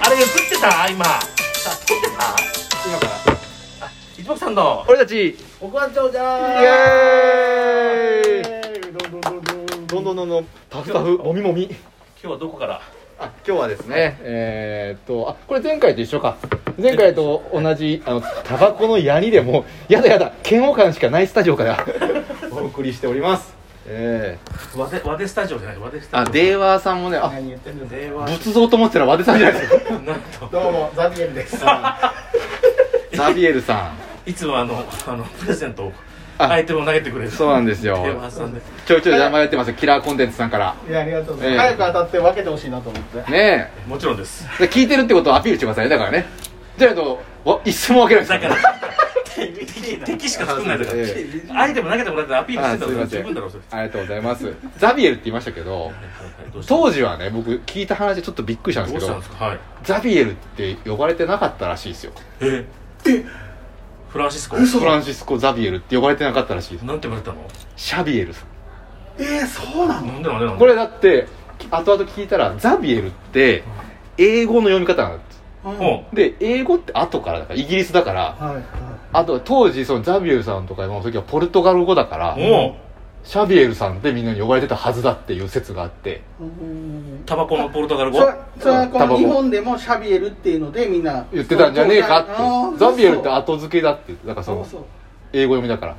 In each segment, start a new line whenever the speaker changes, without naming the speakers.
あれ映ってた今あ撮ってた
今から
一目さんの
俺たち
億万長者
イエ
ーイどんどんどんどん
どんどんどんどんタフタフもみもみ
今日はどこから
あ今日はですね
ねえーっとあこれ前回と一緒か前回と同じあのタバコのヤニでもうやだやだ嫌悪感しかないスタジオから
お送りしておりますえ
和で和でスタジオじゃない和でスタ
あ
ジオ
デーワーさんもねあ
何言ってんの
令和
仏像と思ってたら和田さんじゃないです か
なんと
どうもザビエルです
ザビエルさ
いつもあ のあのプレゼントを
あ
アイテムを投げてくれる
んそうなんですよ
令和さんで
ちょいちょい名前やってますよキラーコンテンツさんから
いやありがとうござ
え
い
え
ます早く当たって分けてほしいなと思って
ね
もちろんです
えで聞いてるってことをアピールしてくださいねだからねじゃないとわ一寸も分けないです
だか
から
ら敵敵しか作んないだから
え
アイテム投げてもらってアピールして
あ
んだ
す
か
い
ら
ませ
十分だろそれ
んありがとうございますザビエルって言いましたけど
はいはいどうした
当時はね僕聞いた話でちょっとびっくりしたん
ど
で
うし
す
た
け
ん
ど
ですかはい
ザビエルって呼ばれてなかったらしいですよ
ええフランシスコ
フランシスコ・ザビエルって呼ばれてなかったらしいです
なんて言われたの
シャビエルさん
ええそうな
なんでなんでなんで
これだって後々聞いたらザビエルって英語の読み方なんです
も
で英語って後からだからイギリスだから
はいはい
あとは当時そのザビエルさんとかの時はポルトガル語だから
うも
シャビエルさんってみんなに呼ばれてたはずだっていう説があって
うタバコのポルトガル語
それそれはこ
タバコ
の日本でもシャビエルっていうのでみんな
言ってたんじゃねえか
あ
って
ー
ザビエルって後付けだって言ってだからそ
そ
の
うそう
英語読みだから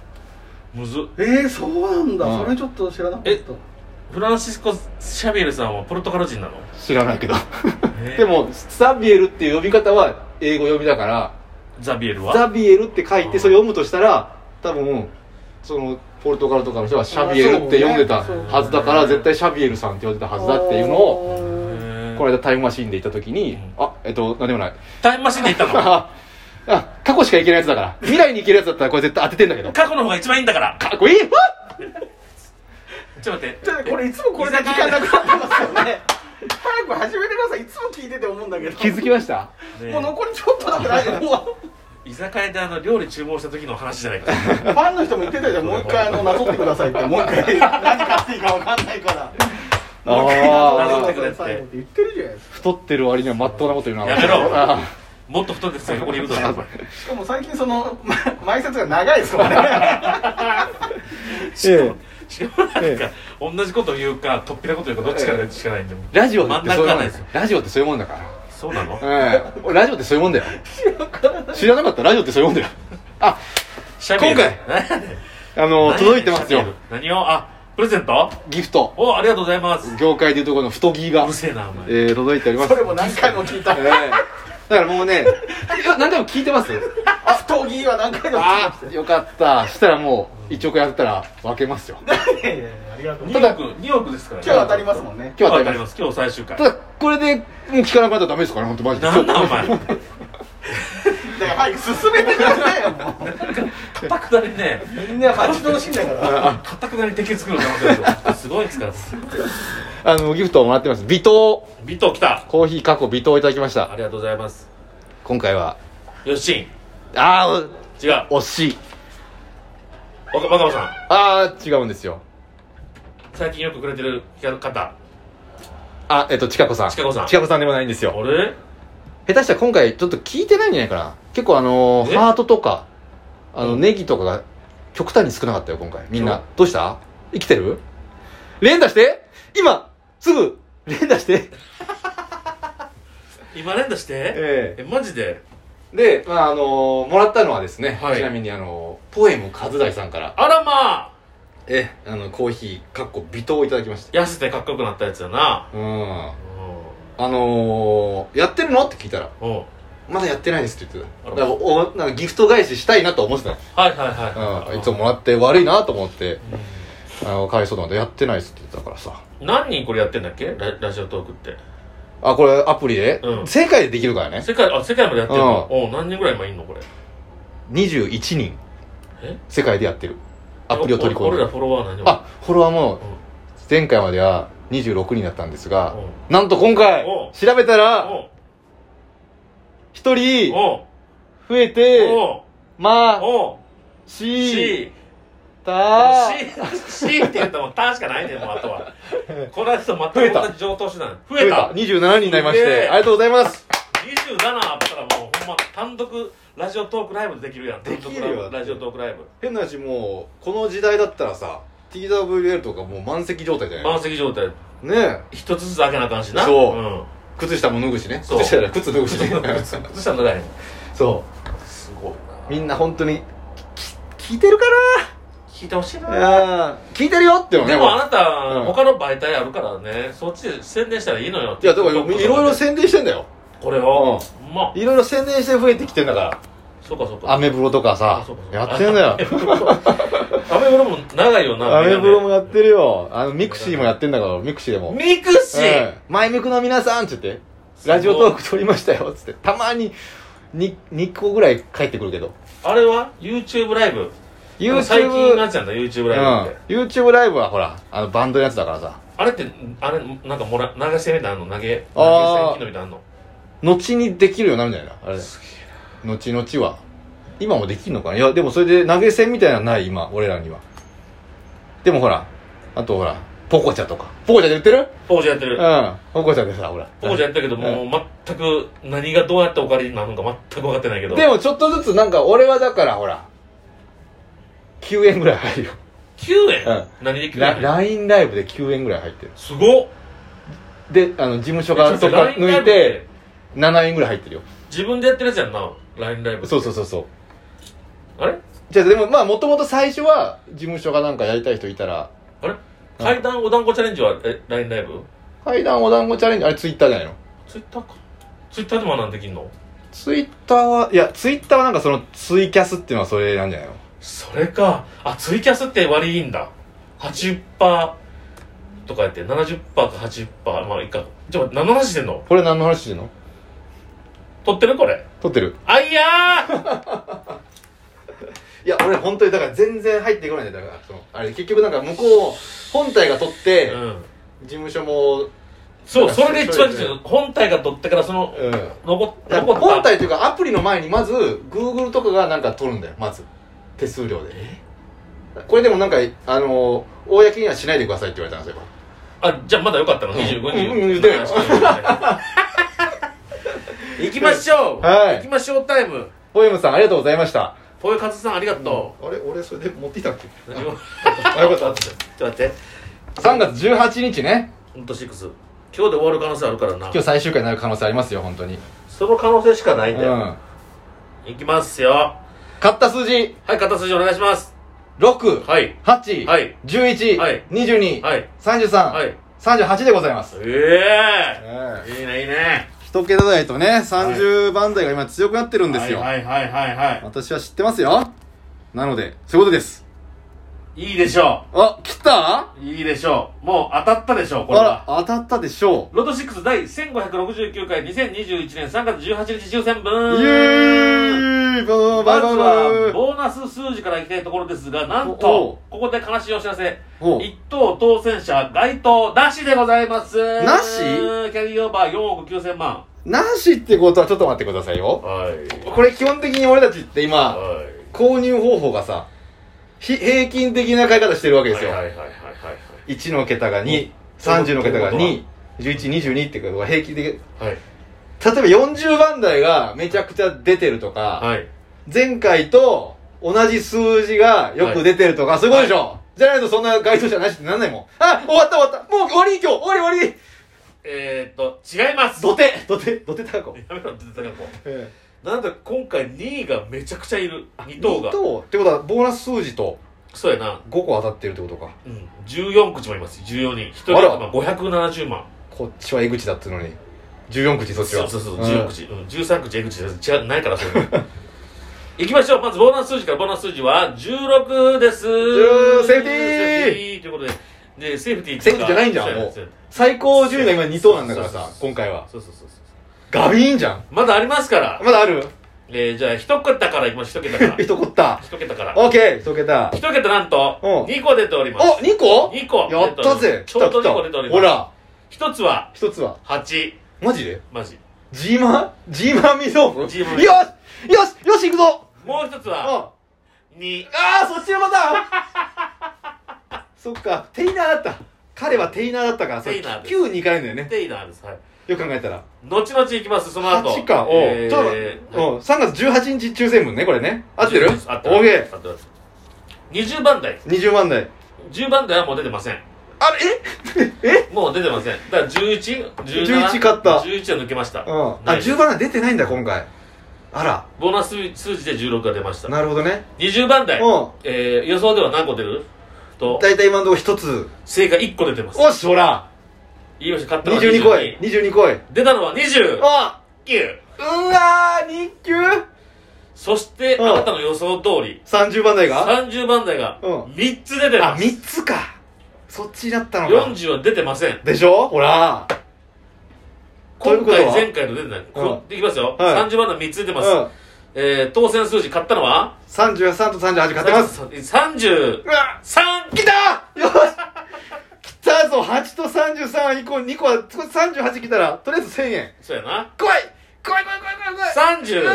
むずっ
ええそうなんだ、
うん
それちょっと知らなかった
えフランシスコ・シャビエルさんはポルトガル人なの
知らないけど
え
でもザビエルっていう呼び方は英語読みだから
ザビエルは
ザビエルって書い
うん
てそれ読むとしたら多分そのポルトガルとかの人はシャビエルって読んでた
あそうね
はずだから絶対シャビエルさんって呼んでたはずだっていうのを
を
へえ
この間タイムマシーンで行った時に
うん
あえっと何でもない
タイムマシンで行ったの
ああ過去しか行けないやつだから未来に行けるやつだったらこれ絶対当ててんだけどか
過去の方が一番いいんだから
っ こいいわっ
ちょっと待って
これいつもこれで時間なくなってますよね早く始めてくださいいつも聞いてて思うんだけど
気づきました
ね
もう残りちょっとだからも う
居酒屋であの料理注文した時の話じゃないか
ファンの人も言ってたじゃんもう一回あのなぞってくださいってもう一回何買っていいか分かんないから
なぞ
あ
っ
あ
てくれって
最後言ってるじゃないですか
太ってる割にはまっとうなこと言うな
やめろ
あ
もっと太っててここにいると思う
しかも最近その ま前説が長いですもんね
しかもし
え
かもなん
え
か同じこと言うかとっぴなこと言うかどっちかでしかないんで
ラジオ
真
っ
ん
てそ
中
ういう
が
も
なんい
で
ですよ
すラジオってそういうもんだから
そうなの
ええラジオってそういうもんだよ知らなかったラジオってそういうもんだよあ
シャビエル
今回
何やねん
あの届いてますよ
シャビエル何をあプレゼント
ギフト
おありがとうございますう
業界でいうところの太着が
る、せえなお前
えー、届いております
それも何回も聞いた
えーだからもうねいや何回も聞いて ます
あ闘技は何回も聞い
ああよかったしたらもう1億円やったら分 けますよ今
たいやいやいやありがとう今
2億2億ですから
日当たりますもんね
日
今
は
日当
当た
た
り
り
ま
ますす今日最終回
ただこれでもう聞かなくなったらダメですからね本当マジで
なんだお前
だから早く進めてくださいよも
硬くなりね
うみんな待ち遠しいんだから
硬くなり敵作るの頑張ってるすごいですから
あのギフトをもらってます微糖
ビト来た
コーヒー過去微糖いただきまし
あ
た
りがとうございます
今回は
よし
ああ
違うわ
惜しい
若葉さん
ああ違うんですよ
最近よくくれてる方
あえっと千佳子さん
千佳子さん
千佳子さんでもないんですよ
あれ
下手したら今回ちょっと聞いてないんじゃないかな結構あのー
え
ハートとかあの
うん
ネギとかが極端に少なかったよ今回みんなどうした生きてる連打して今すぐ連打して
今連打して
え
えマジで
でまああのーもらったのはですね、
はい
ちなみにあのーポエム和大さんから
あらまあ
ええあのコーヒーかっこ微糖をいただきました
痩せてかっこよくなったやつだな
うん
う
あのーやってるのって聞いたら
んうん
まだやってないですって言ってた
あら
だからおなんかギフト返ししたいなと思ってた
はいはいはい、
うん、いつももらって悪いなと思って、あの、かわいそうなのでやってないっすって言ってたからさ。
何人これやってんだっけララジオトークって
あ、これアプリで、
うん
世界でできるからね。
世界あ世界までやってるのおう何人ぐらい今いんのこれ
21人、
え
世界でやってる。アプリを取り込ん
俺ら
で。
フォロワー何人
あ、フォロワーも
うん、
前回までは26人だったんですが、
う
なんと今回
お、
調べたら、
お
1
う
人
おう
増えて、
おう
まあ、
おう
C、
C
た
し C って言うともう「た」しかないねんもうあとはこの間と全く同じ上等手段増えた
27人になりまし
すげ
て
え
ありがとうございます
27あったらもうほんま単独ラジオトークライブできるやん単独
できるよ
ラジオトークライブ
変な話もうこの時代だったらさ TWL とかもう満席状態じゃない
満席状態
ねえ
一つずつ開けなあかんしな
そう
うん
靴下も脱ぐしね
そう
靴下じゃない靴脱ぐしね
靴下脱がへん
そ
すごいな
うみんな本当にき聞いてるか
聞いてほしいな
なあー聞いてるよってのね
でもあなた、
ん
他の媒体あるからねそっちで宣伝したらいいのよ
いやだからいろいろ宣伝してんだよ
これを、うま
いろいろ宣伝して増えてきてんだか
そうかそう
らア
か
メブロとかさ
そうかそうか
やってんだよ
アメブロも長いよな
アメブロも
メ
やってるよあのミクシーもやってんだからミクシーでも
ガネミクシー
うん前向くの皆さん」っつって「ラジオトーク撮りましたよ」っつってたまに 2, 2個ぐらい帰ってくるけど
あれは YouTube ライブ最近のや
YouTube,
つやんだ YouTube
うん、
ライブって、
YouTube ライブはほらあのバンドのやつだからさ
あれってあれなんかもら流してみたいなの投げ
あー
投げ銭機能みたいなのあんの
後にできるようになるんじゃないのあれ後々は今もできるのかないやでもそれで投げ銭みたいなのない今俺らにはでもほらあとほらポコチャとかポコチャで売ってる
ポージやって
う
る
んポコチャでさほら
ポージやってるけどもう全く何がどうやってお借りになるのか全く分かってないけど
でもちょっとずつなんか俺はだからほら9円ぐらい入るよ
9円、
う
何で9
ラ
円
LINE ライブで9円ぐらい入ってる
すごっ
であの事務所
ちょ
が
っと
とか
LINE ライ
抜い
ブって
て7円ぐらい入ってるよ
自分でやってるやつやんな LINE ライブ
そうそううそうそう
あれ
じゃあでもまあもともと最初は事務所がなんかやりたい人いたら
あれ階段お団子チャレンジはえ LINE ライブ
階段お団子チャレンジあれツイッターじゃないの
ツイッターかツイッターでもあんなんできんの
ツイッターはいやツイッターはなんかそのツイキャスっていうのはそれなんじゃないの
それかあツイキャスって割いいんだ80%とかやって70%か80%まあいいかじゃあ何の話してんの
これ何の話してんの
撮ってるこれ
撮ってる
あいやー
いや俺本当にだから全然入ってこないんだよだからそのあれ結局なんか向こう本体が取って
うん
事務所も
そう
なん
そ
か
れで一番重要本体が撮ってからその
うん
残っ
だから
残った
本体というかアプリの前にまず Google とかがなんか取るんだよまず手数料でこれでもなんかあのー公にはしないでくださいって言われたんですよ
あじゃあまだよかったの25人、
うんうんだよ
行きましょう、
はい
行きましょうタイム
ポエムさんありがとうございました
ぽよかずさんありがと
あれ俺それで持ってきたっけ
う、何も
あ よかっ
ちょっと待って
た3月18日ね
ほんとシックス今日で終わる可能性あるからな
今日最終回になる可能性ありますよ本当に
その可能性しかな
う
いんだよ、
ん
行きますよ
買った数字
はい片筋お願いします
6
はい
8、
はい
11、
はい
22、
はい
33、
はい
38でございます、
ええ
ええ
いいねいいね
一桁台とね30番台が今強くなってるんですよ、
はいはいはいは
私は知ってますよなのでそういうことです
いいいでしょ
あ来た
ういいでしょうもう当たったでしょうこ
あ
れ
ら
は
当たったでしょ
ロト6第1569回2021年3月18日抽選
う
分
イエーイバイバ
ま
イ
ず
バ
は
イバイ
ボーナス数字からいきたいところですがなん
お
とここで悲しいお知らせ
お
一等当選者該当なしでございます
なし
キャリーオーバー4億9000万
なしってことはちょっと待ってくださいよ
はい
これ基本的に俺たちって今
はい
購入方法がさひ平均的な買い方してるわけですよ、
はいはいはいはい
1の桁が230の桁が21122ってことが平均的例え
はいはい
ば40番台がめちゃくちゃ出てるとか、
はい
前回と同じ数字がよく出てるとか、すごいでしょ、じゃないとそんな該当者なしってなんないもん。あ終わった終わったもう終わり今日終わり終わり
えー、っと違います
土手土手土手高子。
やめろ出てたかこ
え
うなんだ今回2位がめちゃくちゃいる2
え
等が
二等ってことは、ボーナス数字と
そうやな、
5個当たってるってことか。
うん、14口もいます14人1人
あら
頭570万
こっちは江口だってのに。14口そっち
そ
は。
うそうそう、
ん
14。口、うん、13口、1口違う、ないから、それ。 いきましょう。まず、ボーナス数字から、ボーナス数字は16です。セ
ーセーフティ
ー
ー
ということで、で、セーフティー
セーフティーじゃないんじゃんもう
そう
最高順位が今2等なんだからさ、今回は。
そうそうそうそう。
ガビーンじゃん。
まだありますから、
まだある
えー、じゃあ、一桁からいきましょう。一桁から。
一こった。
一桁から。
オッケー一桁。
一桁なんと、
うん
2個出ております。
お二個
二個
やったぜ
ちょうど
来た
2個
来
出
た
ております。
ほ。ら
一つは、
一つは。
8。
マジで
マジ。
ジーマンジーマン味噌よし
ジーマン
よしよし行くぞ
もう一つは、
あ
2。
あーそっちのパタ そっかテイナーだった彼はテイナーだったから
テイナーです
9に行かれるんだよね
テイナーです。はい。
よく考えたら
後々行きます、その後。
8かおう、
えー
ちょっと、
はい
おう3月18日抽選分ねこれね合ってる
合ってま
オーケ
す合ってます。20番台。
ー20万台
10番台はもう出てません。
あれ
もう出てません。だから 11?11
11勝った
11は抜けました。
え、うん、あ
ないです
10番台出てないんだ今回あら
ボーナス数字で16が出ました。
なるほどね
20番台。
うん
えー、予想では何個出ると、
大体今のところ1つ
正解1個出てます。
おしほら
言いました、勝ったのは
22個い22個い
出たのは20。
あ
9
うわー日給
そして、
うん
あなたの予想通り、
30番台が
30番台が
うん
3つ出て
あ
ます。
三3つかそっちだったのか
40は出てません。
でしょほらという
今
ことは
回、前回の出てない。こいきますよ。
はい
30番台3つ出て
う
ます。
ん
えー、当選数字買ったのは
33と38勝ってます
33
うわ来たよし来たぞ8と33は2個2個はこれ38来たらとりあえず1000円
そうやな
来い来い来い来い来
32
い来いうわ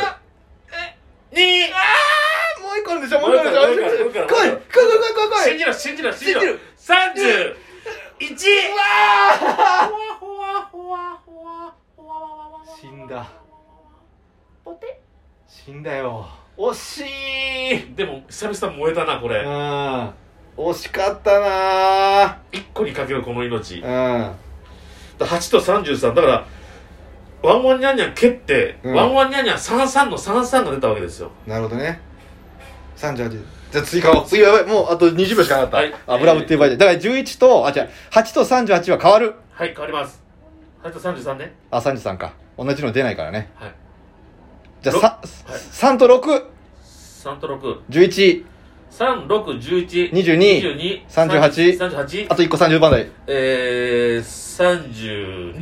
もう1個あるでしょもう1個あるでし
も
ょ
う一個あるもう一個ある
来い来い来い来い来い来い
信じろ信じろ信じろ
信じる
31
うわ
ほわほわほわほわほわほわほわ
ー死んだ
ポテ
死んだよ惜しい
でも久々燃えたなこ
う
れ
ん惜しかったな
一個にかけるこの命
ー
8と33だからワンワンニャンニャン蹴って、
うん
ワンワンニャンニャン33の33が出たわけですよ
うんなるほどね38じゃあ次買おう次やばいもうあと20秒しかなかった、
はい
油売ってる場合じゃないだから11とあ違う8と38は変わる
はい変わります8と33ね
あ33か同じの出ないからね
はい
じゃあ
ろ
さ
はい
3と
3と6
611
3 6 1 1
22
22
38
38
あと1個30番台
えー、32